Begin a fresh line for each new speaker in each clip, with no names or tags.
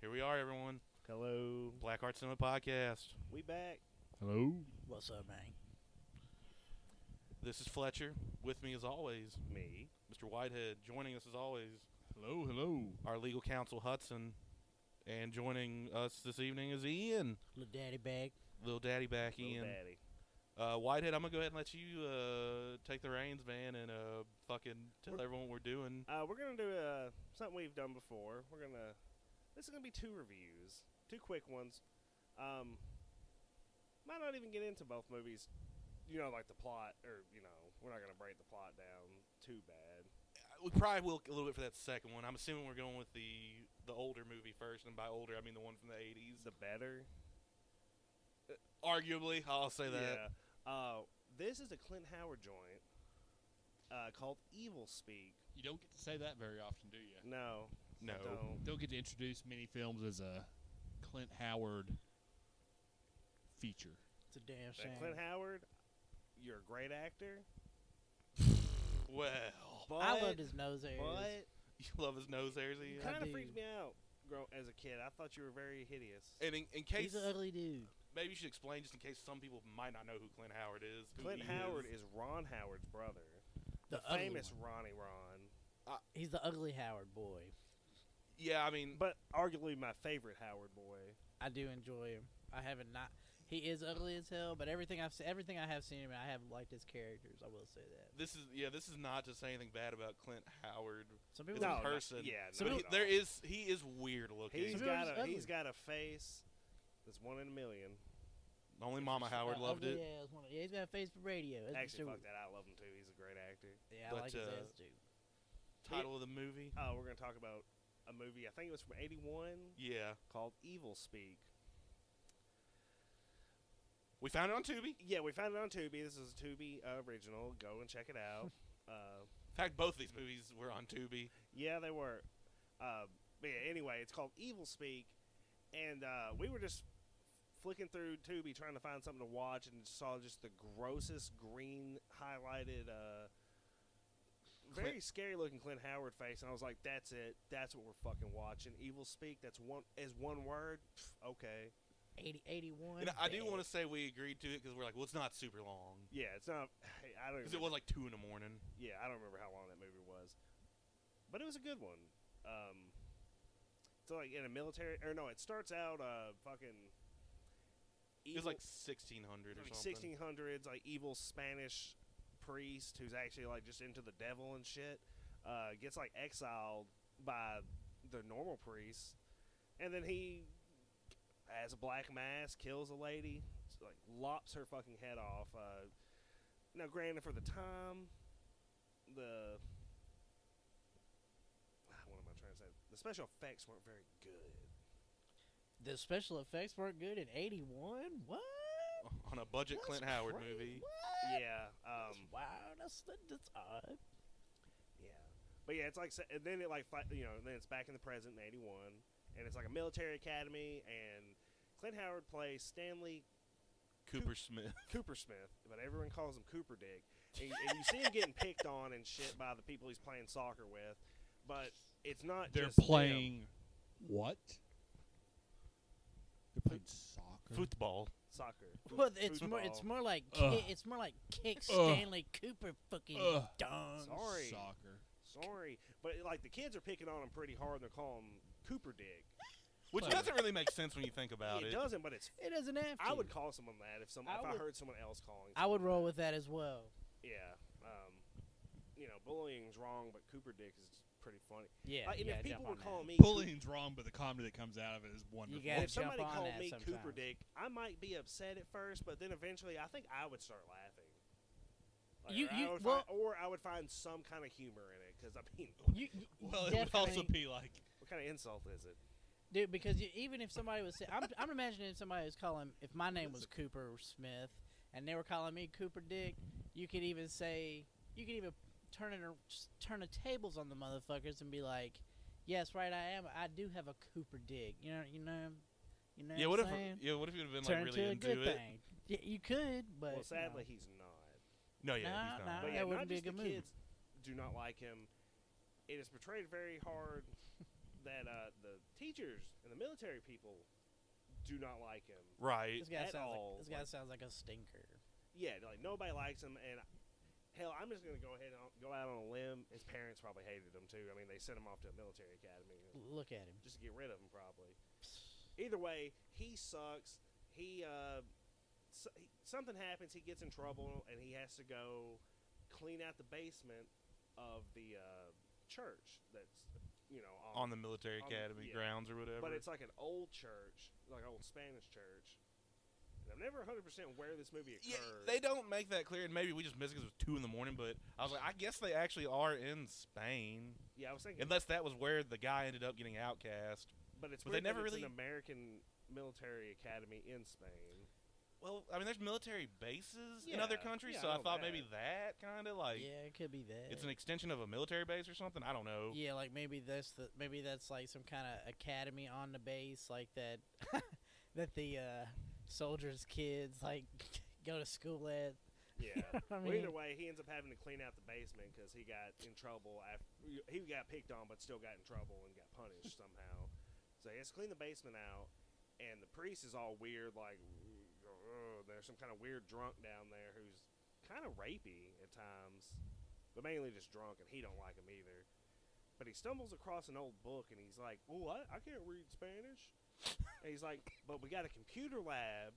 Here we are, everyone.
Hello.
Black Art Cinema Podcast.
We back.
Hello.
What's up, man?
This is Fletcher. With me, as always,
Me.
Mr. Whitehead. Joining us, as always,
Hello. Hello.
our legal counsel, Hudson. And joining us this evening is Ian.
Little daddy bag.
Little Daddy back,
Little
Ian.
daddy.
Uh, Whitehead, I'm going to go ahead and let you uh, take the reins, man, and uh, fucking tell
We're-
everyone what we're doing.
Uh, we're gonna do uh, something we've done before. We're gonna. This is gonna be two reviews, two quick ones. Um, might not even get into both movies. You know, like the plot, or you know, we're not gonna break the plot down too bad.
We probably will a little bit for that second one. I'm assuming we're going with the the older movie first, and by older, I mean the one from the 80s.
The better.
Arguably, I'll say that.
Yeah. Uh, this is a Clint Howard joint. Uh, called Evil Speak.
You don't get to say that very often, do you?
No.
No.
Don't.
Don't get to introduce many films as a Clint Howard feature.
It's a damn
That
shame.
Clint Howard, you're a great actor.
Well,
But,
I loved his nose areas.
But
you love his nose hairs, uh, Ian.
you
I
kind of
do.
freaked me out grow, as a kid. I thought you were very hideous.
And in, in
He's
case,
an ugly dude.
maybe you should explain just in case some people might not know who Clint Howard is. who
Clint
he
Howard is Ron Howard's brother, the,
ugly
famous
one.
Ronnie Ron,
He's the ugly Howard boy.
Yeah, I mean,
but arguably my favorite Howard boy.
I do enjoy him. I haven't not. He is ugly as hell, but everything I've se- everything I have seen him, in, I have liked his characters. I will say that.
this is yeah, this is not to say anything bad about Clint Howard
Some
as
people,
No,
a
not-
person.
yeah,
so he-
not at all.
there is he is weird looking.
He's
Some people
got
are
a
just ugly.
he's got a face that's one in a million.
Only Mama Howard
Uh,
loved
ugly
it.
ass one- yeah, he's got a face for radio. That's for
Actually, fuck
sure.
that. I love him too. He's a great actor.
Yeah, I
But,
like his
uh,
ass too.
Title of the movie.
Oh, we're gonna talk about a movie. I think it was from '81
Yeah,
called Evil Speak.
we found it on Tubi. In
Yeah, we found it on Tubi. This is a Tubi uh, original. Go and check it out. uh,
fact, both these movies were on Tubi.
Yeah, they were. Uh, but yeah, anyway, it's called Evil Speak, and uh, we were just flicking through Tubi trying to find something to watch, and saw just the grossest green highlighted, uh, very
Clint-
scary looking Clint Howard face, and I was like, "That's it. That's what we're fucking watching." Evil Speak. That's one as one word. Pff, okay.
80, 81.
And I do want to say we agreed to it because we're like, well, it's not super long
Yeah, it's not. I don't.
because
Even,
it was like two in the morning.
yeah, I don't remember how long that movie was, but it was a good one. Um, so like in a military, or no, it starts out uh fucking.
It was
evil-
like sixteen hundred or
like
something.
1600s, like evil Spanish priest who's actually like just into the devil and shit, uh, gets like exiled by the normal priest, and then he has a black mass, kills a lady, s- like lops her fucking head off. Uh, now, granted, for the time, the ah, what am I trying to say? The special effects weren't very good.
The special effects weren't good in 81? What?
on a budget
That's
Clint Howard
crazy.
movie.
What?
Yeah,
That's
um,
wild. That's, that- that's odd.
Yeah, but yeah, it's like se- and then it like fi- you know then it's back in the present in '81, and it's like a military academy, and Clint Howard plays Stanley
Cooper Smith.
Cooper Smith, but everyone calls him Cooper Dick, and, and you see him getting picked on and shit by the people he's playing soccer with, but it's not
They're
just them.
playing what? They're playing soccer.
Football.
soccer.
Well, it's more.
Football.
It's more like. Ki-
Ugh.
It's more like kick
Ugh.
Stanley Cooper fucking
Ugh.
dong.
sorry.
Soccer.
Sorry, but like the kids are picking on him pretty hard, and they're calling him Cooper Dick.
Which
Clever.
doesn't really make sense when you think about
it,
it.
doesn't, but it's.
It doesn't have to.
I would call someone that if some
I
if I
would-
heard someone else calling.
I would roll with that as well.
Yeah. Um, you know, bullying's wrong, but Cooper Dick is pretty funny.
Yeah.
Like, and
yeah
if people
jump
were
on
calling me
that.
Bullying's wrong, but the comedy that comes out of it is wonderful.
Coo-
gotta
if somebody
jump on
called
that
me Cooper
sometimes.
Dick, I might be upset at first, but then eventually, I think I would start laughing.
You-
or I
you-
would
well-
find, or I would find some kind of humor in it because I mean,
You, you-
well, it would
definitely-
also be like
what kind of insult is it?
dude because you, even if somebody was, say- I'm, I'm imagining if somebody was calling, if my name was Cooper Smith, and they were calling me Cooper Dick, you could even say, you could even turn it, ar- s- turn the tables on the motherfuckers and be like, yes, right, I am, I do have a Cooper Dick, you know, you know, you know.
yeah,
what
what
I'm
if
saying?
yeah, what if you'd have been
turn
like really
it to a
into
good
it?
thing? Yeah, you could, but
well, sadly,
no.
he's not.
No, yeah,
Nah,
he's
nah.
not.
But
that
yeah,
wouldn't
not
be a
just
good
the
movie.
kids do not like him. It is portrayed very hard that uh, the teachers in the military people do not like him.
Right.
This guy
at
sounds
all,
like this guy
like-
sounds like a stinker.
Yeah, like nobody likes him, and hell, I'm just gonna go ahead and go out on a limb. His parents probably hated him too. I mean, they sent him off to a military academy
L- Look at him.
just to get rid of him, probably. Either way, he sucks. He uh, s he- something happens. He gets in trouble, and he has to go clean out the basement of the uh, church. That's you know
On the military
on the-
academy
yeah.
grounds or whatever.
but it's like an old church, like an old Spanish church. And I'm never 100 percent where this movie
yeah,
occurred.
they don't make that clear, and maybe we just missed it 'cause it was two in the morning. But I was like, I guess they actually are in Spain,
yeah, I was thinking,
unless that was where the guy ended up getting outcast.
but it's
but
weird
they never
that it's
really-
an American military academy in Spain.
Well, I mean, there's military bases in other
Yeah,
countries,
yeah,
so
I
I,
know
thought
that.
maybe that kind of like
yeah, it could be that.
it's an extension of a military base or something. I don't know.
yeah, like maybe that's the maybe that's like some kind of academy on the base, like that that the uh, soldiers' kids like go to school at.
Yeah.
I
Well,
mean,
either way, he ends up having to clean out the basement because he got in trouble after he got picked on, but still got in trouble and got punished somehow. So he has to clean the basement out, and the priest is all weird, like "Ugh," there's some kind of weird drunk down there who's kind of rapey at times, but mainly just drunk, and he don't like him either. But he stumbles across an old book, and he's like, "Oh, I, I can't read Spanish." and he's like, "But we got a computer lab."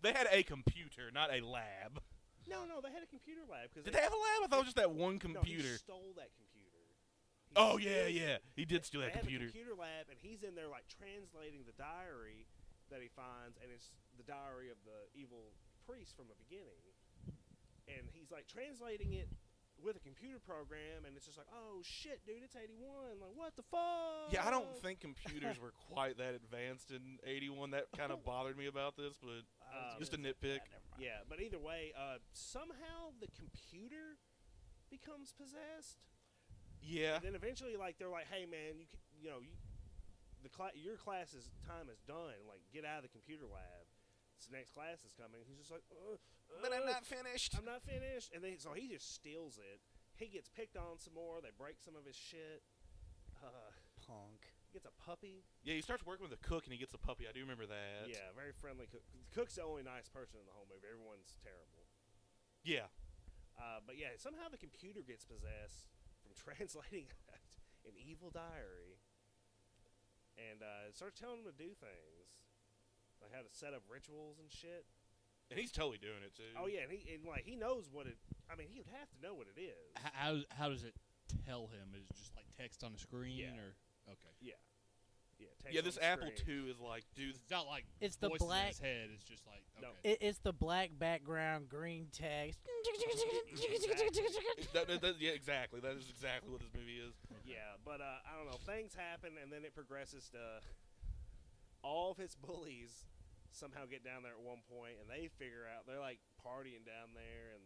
They had a computer, not a lab.
No, no, they had a computer lab because
Did they have a lab? I thought it was just that one computer.
No, he stole that computer. He
oh yeah,
steals-
yeah. He did steal
they
that
have
computer.
A computer lab, and he's in there like translating the diary that he finds, and it's the diary of the evil priest from the beginning. And he's like translating it with a computer program, and it's just like, oh shit, dude, it's eighty one. Like, what the fuck?
Yeah, I don't think computers were quite that advanced in '81. That kind of bothered me about this, but
I was
um,
just a
gonna say-
nitpick.
ah, never mind.
Yeah, but either way, uh, somehow the computer becomes possessed.
yeah,
And then eventually, like they're like, "Hey, man, you c- you know, you, the cla- your class's time is done. Like, get out of the computer lab. It's the next class is coming." He's just like, "Uh,
but I'm
uh,
not finished.
I'm not finished." And then so he just steals it. He gets picked on some more. They break some of his shit. Uh,
Punk.
gets a puppy.
Yeah, he starts working with a cook and he gets a puppy. I do remember that.
yeah, very friendly cook. The cook's the only nice person in the whole movie. Everyone's terrible.
yeah.
Uh, but yeah, somehow the computer gets possessed from translating an evil diary, and uh, it starts telling him to do things, like how to set up rituals and shit.
And he's totally doing it too.
Oh yeah, and he and like he knows what it. I mean, he would have to know what it is.
H- How how does it tell him? Is it just like text on the screen
Yeah.
or okay?
yeah, yeah. text
Yeah,
on
this
the
Apple
screen.
II is like, dude,
It's not like
It's the
voices in
black.
his head. It's just like
No.
okay.
It, it's the black background, green text.
that, that- that- yeah, exactly. That is exactly what this movie is.
Yeah, but uh, I don't know. Things happen, and then it progresses to all of his bullies somehow get down there at one point, and they figure out they're like partying down there, and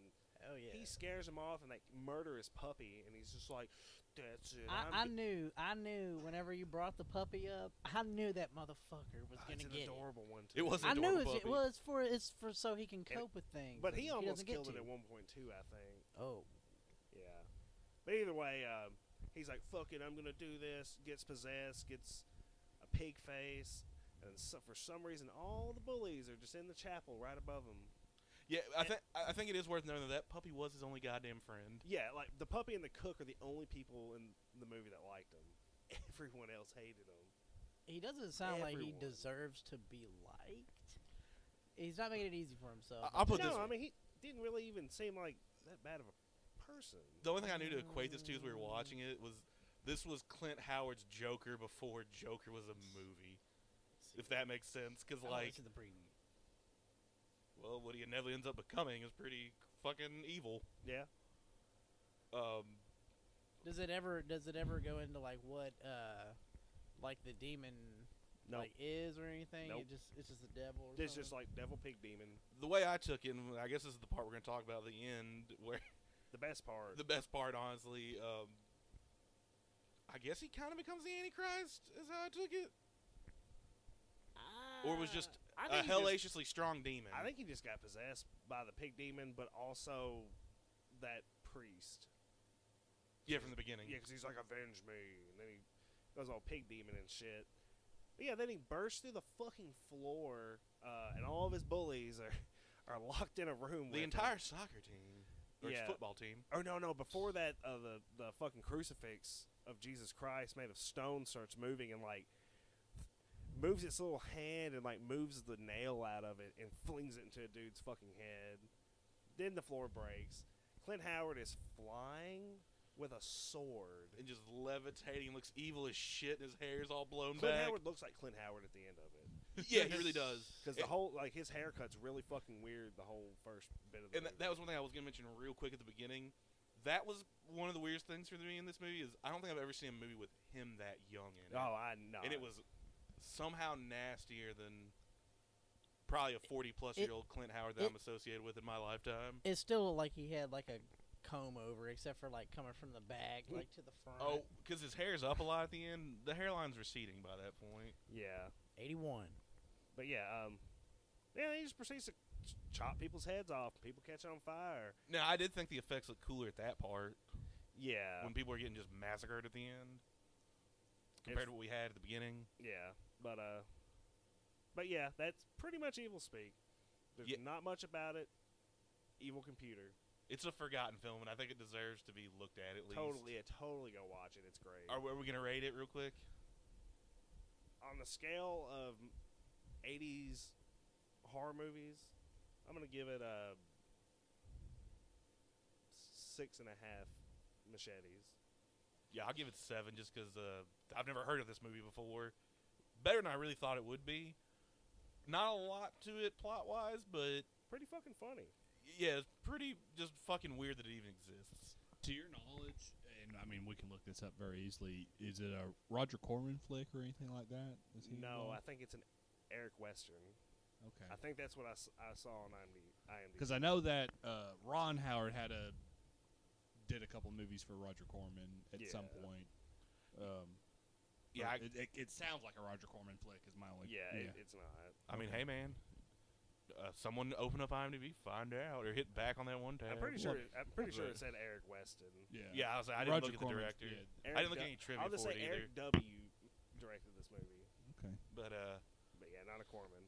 Oh yeah.
He scares him off and they murder his puppy, and he's just like, "That's it." I'm
I, I
g-
knew, I knew. Whenever you brought the puppy up, I knew that motherfucker was
Oh,
gonna
it's an
get it.
adorable one. Too.
It was
I knew
adorable
it's,
puppy.
well, it's for it's for so he can cope with things.
but
and
he almost
doesn't get
killed it
to.
at one point too. I think.
Oh,
Yeah, but either way, um, he's like, "Fuck it, I'm gonna do this." Gets possessed, gets a pig face, and so, for some reason, all the bullies are just in the chapel right above him.
Yeah, I think I think it is worth knowing that that puppy was his only goddamn friend.
Yeah, like the puppy and the cook are the only people in the movie that liked him. Everyone else hated him.
he doesn't sound like
Everyone.
he deserves to be liked. He's not making it easy for himself.
I- I'll put
no,
this
I
way.
mean he didn't really even seem like that bad of a person.
The only thing I knew to equate this to as we were watching it was this was Clint Howard's Joker before Joker was a movie, if that makes sense. Because
I'll
like,
listen to the preview.
well, what he inevitably ends up becoming is pretty fucking evil.
Yeah.
Um,
Does it ever? Does it ever go into like what, uh, like the demon
No.
like uh-huh. is or anything?
Nope.
It just it's just the devil. Or
It's
something?
just like Devil Pig Demon.
the way I took it, and I guess this is the part we're going to talk about at the end, where
The best part.
the best part, honestly. Um, I guess he kind of becomes the Antichrist, is how I took it, or was just
Uh, I
a
think he just-
hellaciously strong demon.
I think he just got possessed by the pig demon, but also that priest.
yeah, from the beginning.
Yeah, because he's like, avenge me. And then he goes all pig demon and shit. But yeah, then he bursts through the fucking floor, uh, and all of his bullies are, are locked in a room. with
The
him.
entire soccer team or
Yeah.
football team.
Oh no, no! Before that, uh, the the fucking crucifix of Jesus Christ made of stone starts moving and like moves its little hand and like moves the nail out of it and flings it into a dude's fucking head. Then the floor breaks. Clint Howard is flying with a sword.
And just levitating, looks evil as shit, and his hair's all blown
Clint
back.
Howard looks like Clint Howard at the end of it
Yeah, he really does.
because the
It-
whole like his haircut's really fucking weird. The whole first bit of the
and that,
movie.
that was one thing I was gonna mention real quick at the beginning. That was one of the weirdest things for me in this movie is I don't think I've ever seen a movie with him that young in it.
oh I know
and it was somehow nastier than probably a forty plus
It-
year old Clint Howard that
it-
I'm associated with in my lifetime.
It still looked like he had like a comb over, except for like coming from the back, like to the front.
Oh, because his hair's up a lot at the end. The hairline's receding by that point.
yeah.
81.
But yeah, um, yeah, he just proceeds to ch- chop people's heads off. People catch on fire.
Now I did think the effects looked cooler at that part
Yeah,
when people were getting just massacred at the end compared to what we had at the beginning.
yeah. But uh, but yeah, that's pretty much evil speak. There's
Yeah.
not much about it. Evil computer.
It's a forgotten film, and I think it deserves to be looked at at least.
Totally, yeah, totally go watch it. It's great.
Are, we- are we gonna rate it real quick?
on the scale of '80s horror movies, I'm gonna give it uh, a six and a half machetes.
Yeah, I'll give it seven just because uh, I've never heard of this movie before. Better than I really thought it would be. Not a lot to it plot wise, but
Pretty fucking funny.
yeah, it's pretty just fucking weird that it even exists.
To your knowledge, and I mean, we can look this up very easily. Is it a Roger Corman flick or anything like that? Is he
No, I
involved?
think it's an Eric Western. I
okay.
think that's what I, s- I saw on IMD- IMDb.
Because I know that uh, Ron Howard had a did a couple movies for Roger Corman at some
Yeah.
point. Um,
Yeah, I,
or it, it, it sounds like a Roger Corman flick. Is my only
yeah, It,
yeah.
it's not.
I mean, hey man, uh, someone open up IMDb, find out, or hit back on that one tab.
I'm pretty sure.
look,
it- I'm pretty sure
but-
it said Eric Weston.
Yeah, I was. I didn't look at
Roger
the
Corman's-
director.
yeah,
Eric
I didn't look
du-
at any trivia
I'll just
for
say
it either.
Eric W. directed this movie,
okay.
But uh,
but yeah, not a Corman.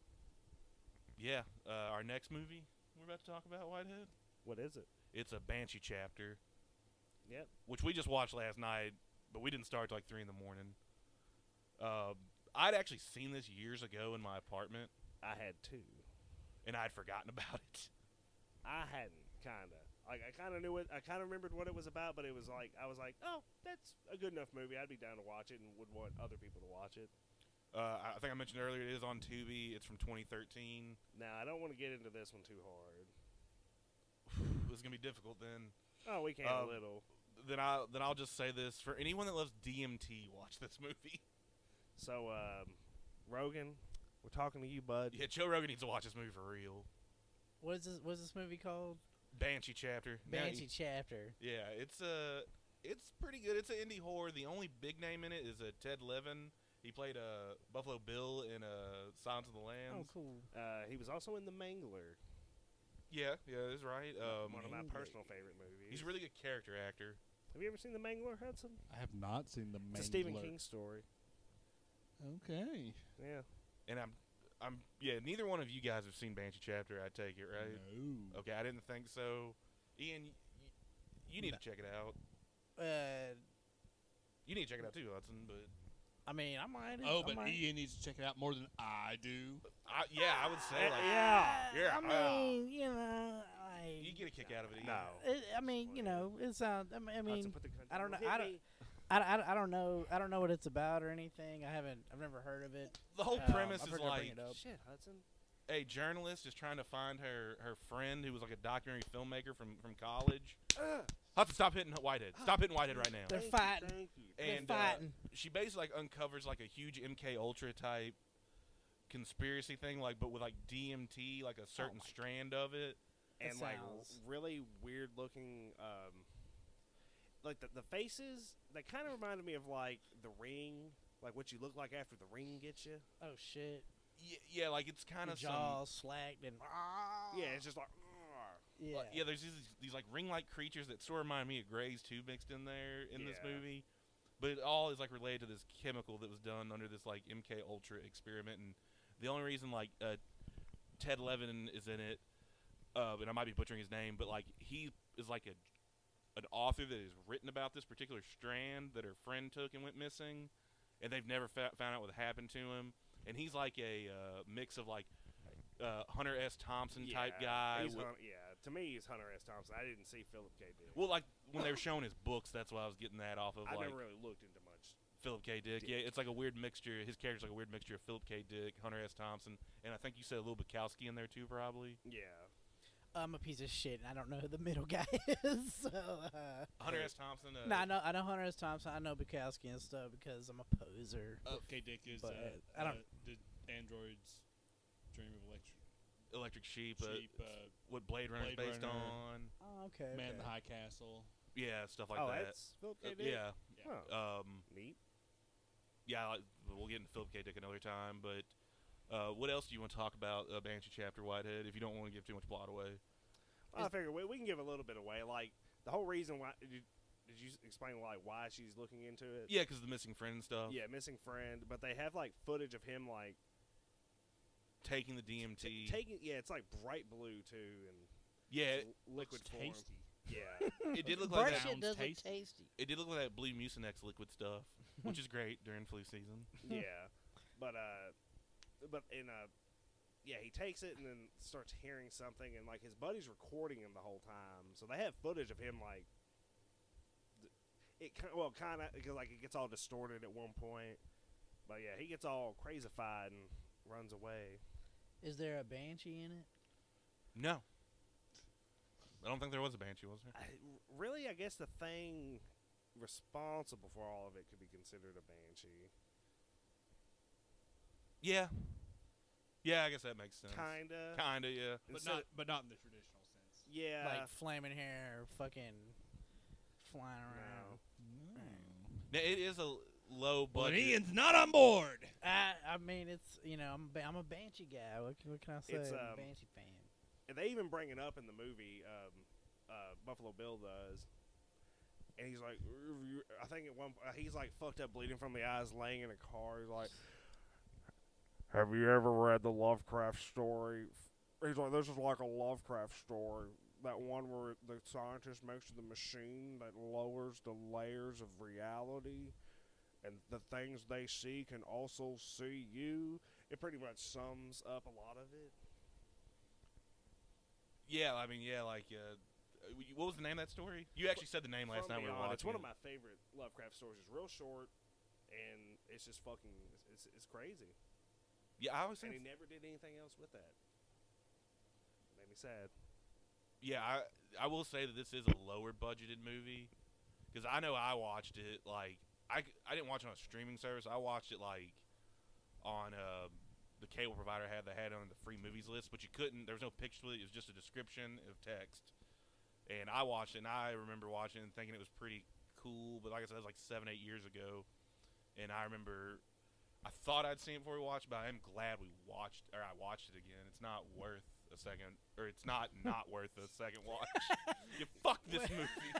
yeah, uh, our next movie we're about to talk about, Whitehead.
What is it?
It's a Banshee chapter.
Yep.
which we just watched last night, but we didn't start till like three in the morning. Um, I'd actually seen this years ago in my apartment,
I had two.
and I'd forgotten about it.
I hadn't kinda. Like I kinda knew it. I kinda remembered what it was about, but it was like I was like, oh, that's a good enough movie. I'd be down to watch it and would want other people to watch it.
Uh, I- I think I mentioned earlier it is on Tubi. It's from 2013.
Now I don't want to get into this one too hard.
it's gonna be difficult then.
Oh, we can
Um,
a little.
Then I then I'll just say this for anyone that loves DMT, watch this movie.
So, um, Rogan, we're talking to you, bud.
yeah, Joe Rogan needs to watch this movie for real.
What is this? What's this movie called?
Banshee chapter. Now
Banshee
you-
Chapter.
Yeah, it's uh, it's pretty good. It's an indie horror. The only big name in it is uh, Ted Levin. He played uh, Buffalo Bill in uh, Silence of the
Oh,
Lambs.
cool.
Uh, he was also in The Mangler,
Yeah, yeah, that's right. Um,
one of my
Mangler.
personal favorite movies.
he's a really good character actor.
Have you ever seen The Mangler, Hudson?
I have not seen the.
It's a Stephen King story.
Okay.
Yeah.
And I'm, I'm, yeah. Neither one of you guys have seen Banshee Chapter. I take it, right?
No.
Okay, I didn't think so. Ian, you, you need
No.
to check it out.
Uh,
You need to check it out too, Hudson. But
I mean, I might.
Oh,
I
but
might.
Ian needs to check it out more than I do.
I, E, yeah, I would say like
yeah.
yeah,
I
ah.
mean, you know, like,
you get a kick out of it. Ian.
No.
it, I mean, you know, it sounds. I mean, I,
Hudson,
mean
put the gun
I don't
down.
know-
Hit
I don't-
me.
I, I, I don't know. I don't know what it's about or anything. I haven't. I've never heard of it.
The whole
Um,
premise
I've
is
heard her bring
like
it up.
Shit, Hudson.
a journalist is trying to find her her friend who was like a documentary filmmaker from from college.
Ugh.
Hudson, stop hitting Whitehead. Stop hitting Whitehead right now.
They're
Thank you,
fighting.
thank you.
They're
And uh,
fighting.
she basically like uncovers like a huge MK Ultra type conspiracy thing, like but with like DMT, like a certain
my
strand of it.
That
and like
sounds-
really weird looking um like the, the faces they kind of reminded me of like the ring like what you look like after the ring gets you
oh shit!
Yeah, yeah like it's kind
Your
of some.
jaw slacked and
yeah it's just like "Argh."
yeah.
like, yeah, there's these these like ring like creatures that sort of remind me of Greys too mixed in there in this
Yeah.
movie. but it all is like related to this chemical that was done under this like MK Ultra experiment, and the only reason like uh, Ted Levin is in it, uh, and I might be butchering his name, but like he is like a an author that has written about this particular strand that her friend took and went missing, and they've never fa- found out what happened to him, and he's like a uh, mix of like uh, Hunter S. Thompson type
Yeah,
guy.
he's
with-
Hun- yeah, to me he's Hunter S. Thompson. I didn't see Philip K. Dick.
well, like when they were showing his books, that's what I was getting that off of.
I
like
never really looked into much.
Philip K. Dick.
Dick.
Yeah, it's like a weird mixture. His character's like a weird mixture of Philip K. Dick, Hunter S. Thompson, and I think you said a little Bukowski in there too, probably.
Yeah,
I'm a piece of shit, and I don't know who the middle guy is. So, uh,
Hunter S. Thompson. Uh,
no, I know I know Hunter S. Thompson. I know Bukowski and stuff because I'm a poser.
okay, Dick is.
Oh, but,
uh,
I don't-
uh, the androids dream of electric
Electric Sheep. Uh,
sheep, uh,
what Blade Runner's
Blade
based
Runner.
on.
Oh, okay.
man in
okay.
the high castle.
Yeah, stuff like
oh,
that.
that's Philip
Uh,
K. Dick.
yeah.
Yeah.
Huh.
Um,
Neat.
yeah, I- we'll get into Philip K. Dick another time, but. Uh, what else do you want to talk about uh, Banshee Chapter Whitehead? If you don't want to give too much plot away,
Well, I
Is-
figure we, we can give a little bit away. Like the whole reason why did you, did you explain like why she's looking into it?
yeah, because the missing friend and stuff,
yeah, missing friend. But they have like footage of him like
taking the
t-
DMT,
taking. Yeah, it's like bright blue too, and
yeah,
l- liquid
looks
form.
tasty.
Yeah,
it, it did look like
Bright
that.
shit
sounds
doesn't
tasty.
tasty.
It did look like that blue Mucinex liquid stuff, which is great during flu season.
yeah. But uh, but in uh, yeah, he takes it and then starts hearing something, and like his buddy's recording him the whole time, so they have footage of him like. th- It kind well kind of because like it gets all distorted at one point, but yeah, he gets all crazified and runs away.
Is there a banshee in it?
No, I don't think there was a banshee, was there?
I, really, I guess the thing responsible for all of it could be considered a banshee,
Yeah, yeah, I guess that makes sense.
kinda.
kinda, yeah.
But
Instead
not,
of-
but not in the traditional sense.
yeah,
like flaming hair, fucking flying around. Hmm.
Now, it is a low budget.
not on board.
I, I mean, it's you know, I'm a, ba- I'm a banshee guy. What can, what can I say?
It's,
I'm
um,
a banshee fan.
and they even bring it up in the movie. Um, uh, Buffalo Bill does, and he's like, I think at one, uh, he's like fucked up, bleeding from the eyes, laying in a car. He's like, Have you ever read the Lovecraft story? He's like, This is like a Lovecraft story. That one where the scientist makes the machine that lowers the layers of reality, and the things they see can also see you. It pretty much sums up a lot of it.
Yeah, I mean, yeah, like, uh, uh, w- what was the name of that story? You actually said the name last
from
night. We were
beyond.
watching.
It's one of
it.
my favorite Lovecraft stories. It's real short, and it's just fucking it's it's, it's crazy.
Yeah, I always
And he
think.
never did anything else with that. Made me sad.
Yeah, I I will say that this is a lower budgeted movie because I know I watched it like I, c- I didn't watch it on a streaming service. I watched it like on uh, the cable provider had that had it on the free movies list, but you couldn't. There was no picture with it. It was just a description of text. And I watched it, and I remember watching it and thinking it was pretty cool. But like I said, it was like seven, eight years ago, and I remember I thought I'd seen it before we watched, but I am glad we watched or I watched it again. It's not worth a second, or it's not not worth a second watch. you fucked this movie.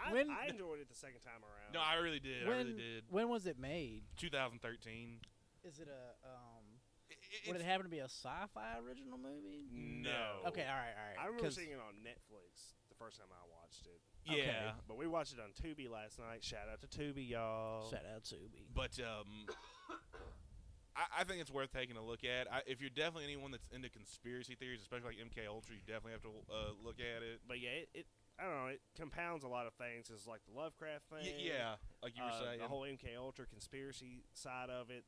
I,
When-
I enjoyed it the second time around.
No, I really did.
when
I really did.
when was it made?
2013.
Is it a um?
I-
would it
it's-
happen to be a sci-fi original movie?
No.
Okay, all right, all right.
I remember
'cause-
seeing it on Netflix the first time I watched it.
okay.
Yeah.
But we watched it on Tubi last night. Shout out to Tubi, y'all.
Shout out to me.
But um, I, I think it's worth taking a look at. I, if you're definitely anyone that's into conspiracy theories, especially like MK Ultra, you definitely have to uh, look at it.
But yeah, it, it I don't know. It compounds a lot of things. It's like the Lovecraft
Y-
thing.
yeah, like you were
uh,
saying.
the whole MK Ultra conspiracy side of it,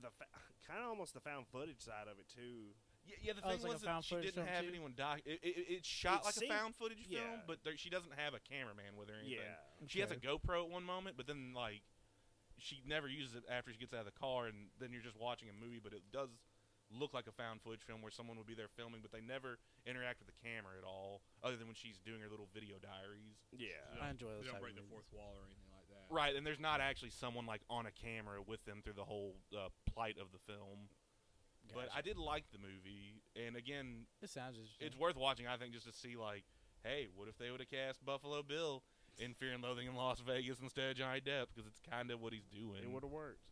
the fa- kind of almost the found footage side of it too.
yeah, yeah, the
Oh,
thing
it's like a
was that
found
she
footage
didn't
film
have
too?
anyone doc. It, it, it- it's shot
It
like
seemed-
a found footage film,
yeah.
but there, she doesn't have a cameraman with her or anything.
Yeah,
She has a
Okay.
GoPro at one moment, but then like she never uses it after she gets out of the car, and then you're just watching a movie. But it does look like a found footage film where someone would be there filming, but they never interact with the camera at all, other than when she's doing her little video diaries.
yeah.
Yeah.
I enjoy
They
those
don't
type
break
of
the
movies.
fourth wall or anything like that.
Right, and there's not actually someone like on a camera with them through the whole uh, plight of the film. But I did like the movie, and again,
It sounds interesting.
it's worth watching. I think just to see like, hey, what if they would have cast Buffalo Bill in Fear and Loathing in Las Vegas instead of Johnny Depp because it's kind of what he's doing.
It would have worked.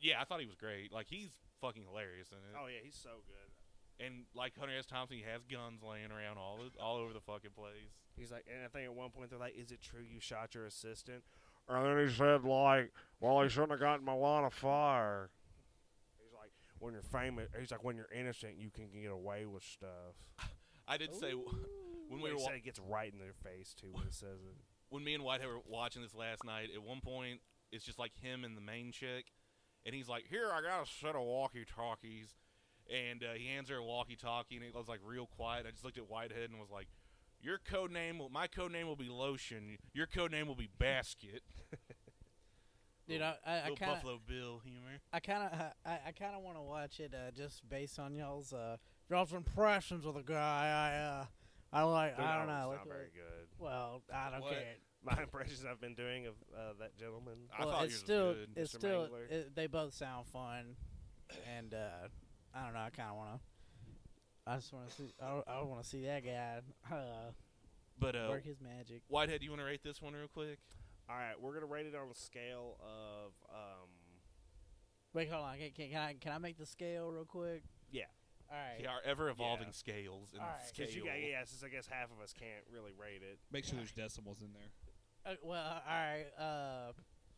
yeah, I thought he was great. Like he's fucking hilarious in it.
Oh yeah, he's so good.
And like Hunter S. Thompson, he has guns laying around all all over the fucking place.
He's like, and I think at one point they're like, "Is it true you shot your assistant?" And then he said, "Like, well, I shouldn't have gotten my line of fire." He's like, "When you're famous, he's like, when you're innocent, you can get away with stuff."
I did say when we
Oh. He
were wa-
said it gets right in their face too when he says it.
when me and Whitehead were watching this last night, at one point it's just like him and the main chick, and he's like, "Here, I got a set of walkie talkies," and uh, he hands her a walkie talkie, and it was like real quiet. I just looked at Whitehead and was like, "Your code name, will, my code name will be Lotion. Your code name will be Basket."
Dude, I,
Little-
I, I
little
kind of
Buffalo Bill humor.
I kind of I, I kind of want to watch it uh, just based on y'all's uh, y'all's impressions of the guy. I uh, I like
Dude,
I
oh,
don't know.
It's
like,
not very good.
well, I don't
What?
care.
My impressions I've been doing of uh, that gentleman.
I
well,
thought
it's
yours was
still
good,
it's
Mr.
still
Mangler.
it, they both sound fun, and uh, I don't know. I kind of want to. I just want to see. I, I want to see that guy uh,
But uh,
work his magic.
Whitehead, you want to rate this one real quick?
All right, we're gonna rate it on a scale of um.
Wait, hold on. Can, can, can I can I make the scale real quick?
Yeah.
All right.
Yeah, our ever evolving
Yeah.
scales and
Alright. 'Cause
Cause
scale.
you got, yeah, since I guess half of us can't really rate it.
Make sure there's decimals in there
Uh, well, all right. Uh,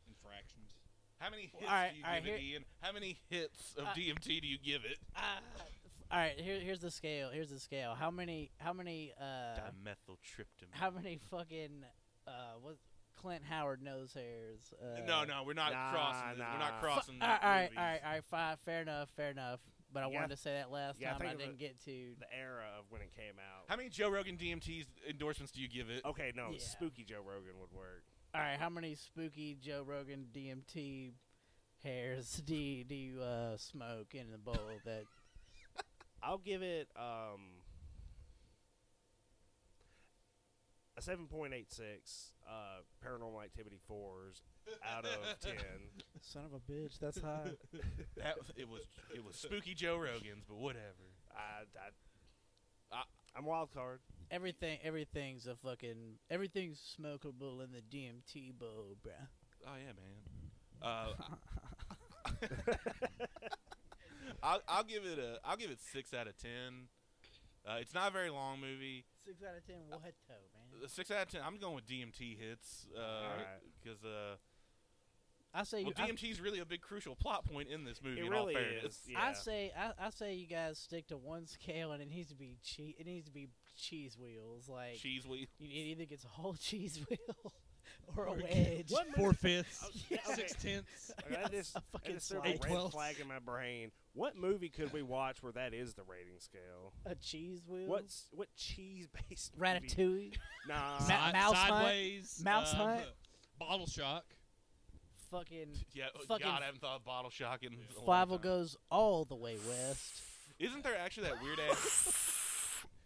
and fractions.
How many hits
Alright,
do you
alright,
give it,
here-
Ian? How many hits of
Uh,
DMT do you give it?
all right. Uh, Here, here's the scale. Here's the scale. How many? How many? Uh,
Dimethyltryptamine.
how many fucking? Uh, what? Clint Howard nose hairs. Uh,
no, no, we're not
Nah,
crossing. This. We're
nah.
not
Fu-
crossing.
all right, all right,
movies.
all right, all right, fine, fair enough, fair enough. But I
Yeah,
wanted to say that last
yeah, I
time I
think it was
didn't get to.
The era of when it came out.
How many Joe Rogan DMT's endorsements do you give it?
Okay, no,
Yeah.
spooky Joe Rogan would work.
All right, how many spooky Joe Rogan DMT hairs do you, do you uh, smoke in the bowl? That
I'll give it um a seven point eight six uh paranormal activity fours out of ten.
son of a bitch, that's hot.
That was- it was it was spooky Joe Rogan's, but whatever.
I, I I'm wild card.
Everything, everything's a fucking, everything's smokable in the DMT bowl, bruh.
Oh yeah, man. Uh, I'll I'll give it a I'll give it six out of ten. Uh, it's not a very long movie.
Six out of ten, what though, man?
Uh, Six out of ten. I'm going with DMT hits Uh,
Uh, Alright.
because uh,
I say,
well,
you, I-
DMT is really a big crucial plot point in this movie.
it
in
really
all fairness.
is. Yeah.
I say I, I say you guys stick to one scale and it needs to be cheese it needs to be cheese wheels like
Cheese wheel.
you, it either gets a whole cheese wheel or a
Or-
wedge.
What movie-
Four
Oh,
fifths,
Yeah, okay.
six tenths.
Okay, that just,
a
that
fucking
just threw a
slice.
red
Eight-twelfths.
flag in my brain. What movie could we watch where that is the rating scale?
A cheese wheel.
What's what cheese based?
Ratatouille?
Nah.
Ma-
Si-
Mouse Hunt?
sideways,
Mouse
um,
Hunt?
bottle shock.
fucking
Yeah, oh,
Fucking
God, I haven't thought of bottle shock in a long
Flavel
time.
goes all the way west.
Isn't there actually that weird ass?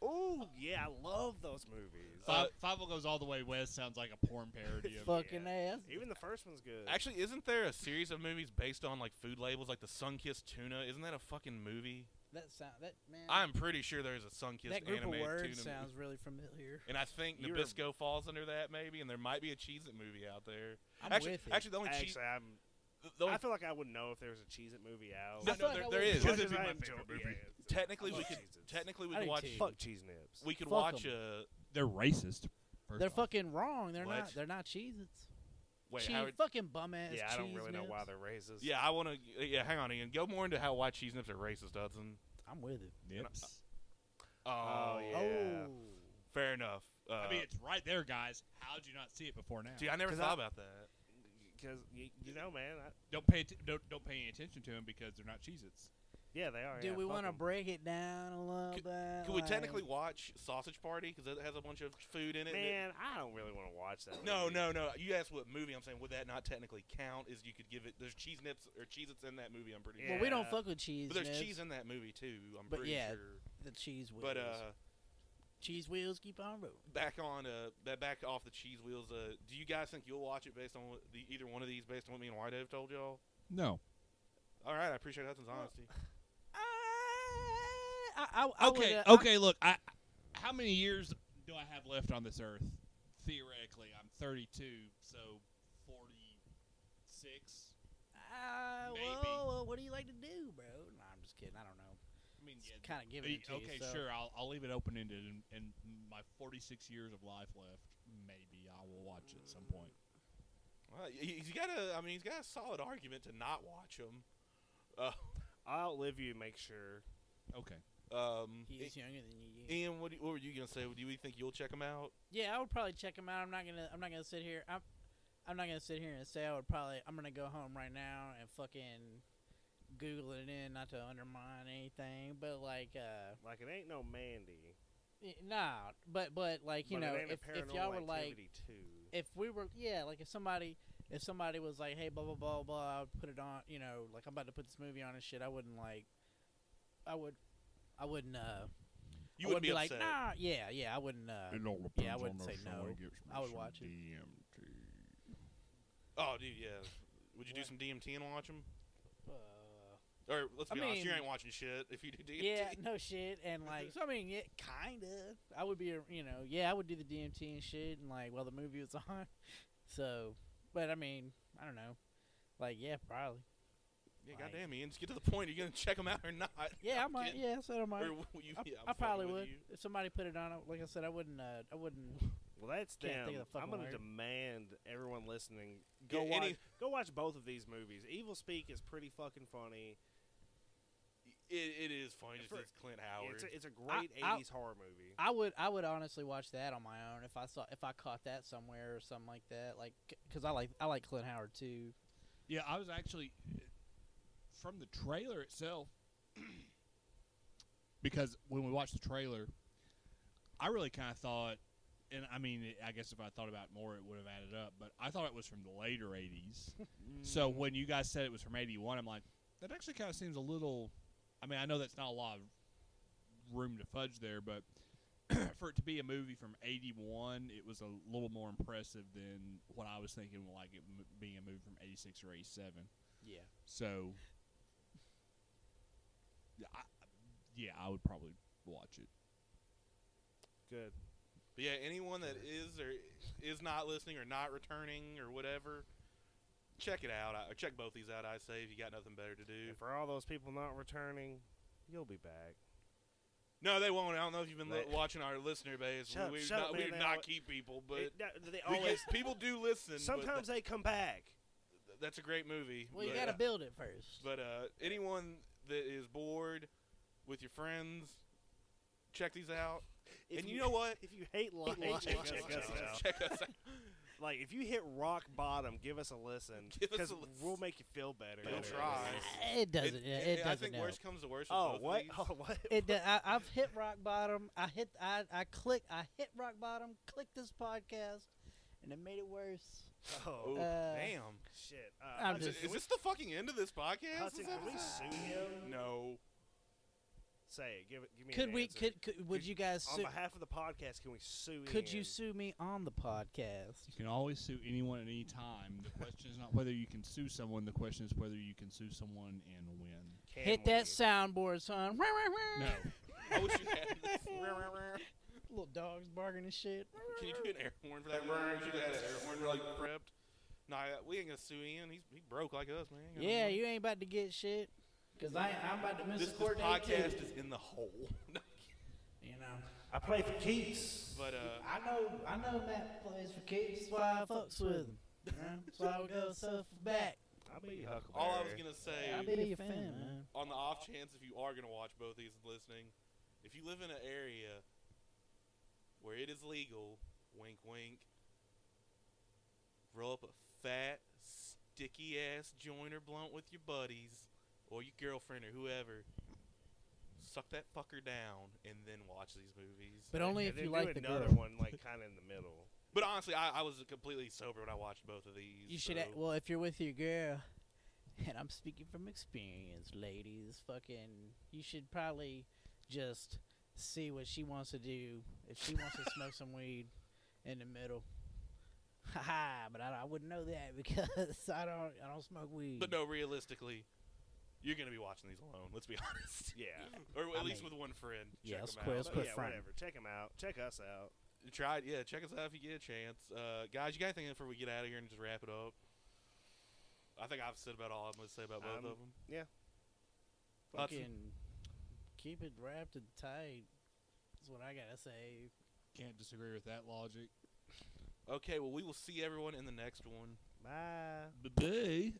Oh yeah, I love those movies.
Uh,
Five, Five goes all the way west. Sounds like a porn parody. of
fucking ass.
Even the first one's good.
actually, isn't there a series of movies based on like food labels, like the Sunkissed Tuna? Isn't that a fucking movie?
That sound that man
I'm pretty sure there's a Sunkissed
that group of
animated tuna.
words
movie.
sounds really familiar.
And I think
You're-
Nabisco falls under that maybe, and there might be a Cheez It movie out there.
I'm
actually,
with it.
actually, the only
actually,
Cheez,
I'm.
the- the only,
I feel like I would know if there was a Cheez It movie out.
no,
I
no,
feel like I
there, there is.
would-
As much
Cheez-It
as
be
I
my
enjoy-
favorite
yeah,
movie.
it's-
technically
I
we
love
could
Cheez-Its.
technically we
I
could
do
watch
too.
fuck cheese nips.
we could
Fuck
watch uh,
'em.
a
They're racist. first
They're
off.
fucking wrong. They're
Wedge.
not they're not Cheez-Its.
wait
Cheese,
Howard.
fucking bum ass
yeah, I don't really know why they're racist.
Yeah, I want to. Yeah, hang on, Ian. Go more into how why cheese nips are racist, Hudson. Um,
I'm with it.
Nips.
Oh, yeah.
Oh.
fair enough. Uh,
I mean, it's right there, guys. How'd you not see it before now?
dude, I never
'cause
thought
I-
about that.
because you, know, man. I,
don't pay atten- don't, don't pay any attention to them because they're not Cheez-Its.
yeah, they
Oh,
are.
Do
yeah,
we
fuck
want to
'em.
break it down a little
Could-
bit?
Could we
Like-
technically watch Sausage Party because it has a bunch of food in it? that-
Man, I don't really want to watch that.
No,
movie.
no, no. You asked what movie I'm saying. Would that not technically count? Is you could give it? There's cheese nips or cheese its in that movie. I'm pretty.
Well,
sure.
we don't
Yeah.
fuck with cheese.
But there's
Nibs.
cheese in that movie too. I'm
But
pretty
yeah,
sure.
the cheese wheels.
But uh,
cheese wheels keep on rolling.
back on uh, ba- back off the cheese wheels. Uh, do you guys think you'll watch it based on what the, either one of these based on what me and White have told y'all?
No.
All right, I appreciate Hudson's
Well,
honesty.
I, I, I would,
Okay.
uh, I-
okay. Look, I. How many years do I have left on this earth? theoretically, I'm 32, so 46.
Uh,
Maybe.
well, well, what do you like to do, bro? No, I'm just kidding. I don't know.
I mean,
It's
yeah,
kind of giving
e-
it to you,
okay,
so-
sure. I'll, I'll leave it open ended, and, and my 46 years of life left, maybe I will watch it at some point.
Well, he- he's got a. I mean, he's got a solid argument to not watch him. Uh,
I'll outlive you. Make sure.
Okay.
um,
He is younger than you. Yeah.
Ian, what, do you- what were you gonna say? Do you think you'll check him out?
yeah, I would probably check him out. I'm not gonna. I'm not gonna sit here. I'm. I'm not gonna sit here and say I would probably. I'm gonna go home right now and fucking Google it in, not to undermine anything, but like, uh,
Like it ain't no Mandy.
y- Eh, nah. But but like you
but
know,
it ain't
if,
a
if
paranormal
y'all were like,
activity too.
if we were, yeah, like if somebody, if somebody was like, hey, blah blah blah blah, I would put it on. You know, like I'm about to put this movie on and shit. I wouldn't like. I would. I wouldn't. Uh,
You
I would
wouldn't
be,
be,
like,
upset.
nah, yeah, yeah, I wouldn't. Uh,
all
I depends wouldn't on if say someone no. I would some watch it.
Oh, dude, yeah. Would you do
What?
some DMT and watch him?
uh,
Or let's
I
be honest, you
mean-
ain't watching shit if you do DMT.
yeah, no shit, and like, so I mean, yeah, kinda. I would be, a- you know, yeah, I would do the DMT and shit, and like, while the movie was on. So, but I mean, I don't know. Like, yeah, probably.
Yeah,
Like-
goddamn, Ian, just get to the point. Are you gonna check him out or not?
Yeah, I
I'm
might.
kidding.
Yeah, so I might.
Or will you-
I,
yeah, I'm
I
fucking
probably
with
would.
you.
If somebody put it on, I- like I said, I wouldn't. Uh, I wouldn't.
Well, that's
Can't
damn.
think of the
I'm
fucking
gonna
word.
demand everyone listening go
Yeah,
watch
any-
go watch both of these movies. Evil Speak is pretty fucking funny.
It, it is funny. Just
For-
it's Clint Howard.
It's a, it's a great
I- I'll-
'80s horror movie.
I would. I would honestly watch that on my own if I saw if I caught that somewhere or something like that. Like, cause I like I like Clint Howard too.
Yeah, I was actually from the trailer itself because when we watched the trailer, I really kind of thought, and I mean, it- I guess if I thought about it more, it would have added up. But I thought it was from the later '80s.
Mm,
so when you guys said it was from '81, I'm like, that actually kind of seems a little. I mean, I know that's not a lot of room to fudge there, but for it to be a movie from '81, it was a little more impressive than what I was thinking, like it m- being a movie from '86 or '87.
Yeah.
So, yeah, I, yeah, I would probably watch it.
Good.
But yeah, anyone that is or is not listening or not returning or whatever, check it out. I, check both these out. I say if you got nothing better to do.
And for all those people not returning, you'll be back.
No, they won't. I don't know if you've been li-
They-
watching our listener base.
Shut up,
we we,
shut up,
not, we
man,
do
they
not
al-
keep people, but
It- no, they
we
always.
get- people do listen. but
sometimes they come back.
th- that's a great movie.
Well, you
but, uh,
gotta build it first.
But uh, anyone that is bored with your friends, check these out.
If
and you, know what?
If you hate life,
life,
check,
check
us
us
out.
Check us out.
Like if you hit rock bottom, give us a listen
Give us
because
a listen.
we'll make you feel better.
We'll
Better.
try.
it doesn't.
It-
yeah,
it-
it
I
doesn't
think
help.
worse comes to worse. with
Oh
both
what?
these.
Oh what?
It, do- I, I've hit rock bottom. I hit. I, I click. I hit rock bottom. Click this podcast, and it made it worse.
Oh
Ooh,
Uh,
damn.
shit! Uh,
I'm
Is,
Hudson,
just-
is
can we-
this the fucking end of this podcast? This
Hudson, can we
episode?
sue him?
No.
Say it. Give it. Give me.
Could
an
we?
answer.
Could, could? Would you guys?
on
Sue,
behalf of the podcast? Can we sue?
could you
Ian?
sue me on the podcast?
You can always sue anyone at any time. The question is not whether you can sue someone. The question is whether you can sue someone and when.
Can
Hit
we?
that soundboard, son.
No,
I wish you had this. Can
Little dogs barking and shit.
you do an air horn for that? We should have had an air horn like prepped. Nah, we ain't gonna sue Ian. He's he broke like us, man. Ain't got no
Yeah,
money.
you ain't about to get shit. Cause I, I'm about to miss
This,
a
this
court date, too.
podcast is in the hole. No,
You know.
I play for keeps.
but uh,
I know, I know Matt plays for keeps. That's why I fucks with him. you know? That's why we go so far back.
I'll be Huckleberry.
all I was gonna
I'll
say,
be your fan, man.
on the off chance if you are gonna watch both these and listening, if you live in an area where it is legal, wink, wink, roll up a fat, sticky ass joint or blunt with your buddies or your girlfriend or whoever. Suck that fucker down and then watch these movies.
But only
And
if
then
you
do
like the
another
girl.
one, like kind of in the middle.
But honestly, I, I was completely sober when I watched both of these.
You should.
so-
a- Well, if you're with your girl, and I'm speaking from experience, ladies, fucking, you should probably just see what she wants to do. If she wants to smoke some weed in the middle, haha. But I, don't- I wouldn't know that because I don't. I don't smoke weed.
But no, realistically, you're gonna be watching these alone. Let's be honest,
Yeah.
or at
I
least
mean-
with one friend. Check
Yeah, let's
'em
quit-
out.
let's
But
quit
yeah,
fronting.
whatever. Check them out. Check us out.
Try it. Yeah, check us out if you get a chance. Uh, guys, you got anything before we get out of here and just wrap it up? I think I've said about all I'm going to say about both
Um,
of them. Hudson.
Fucking keep it wrapped and tight. Is what I gotta say.
Can't disagree with that logic.
Okay, well, we will see everyone in the next one.
Bye.
Bye.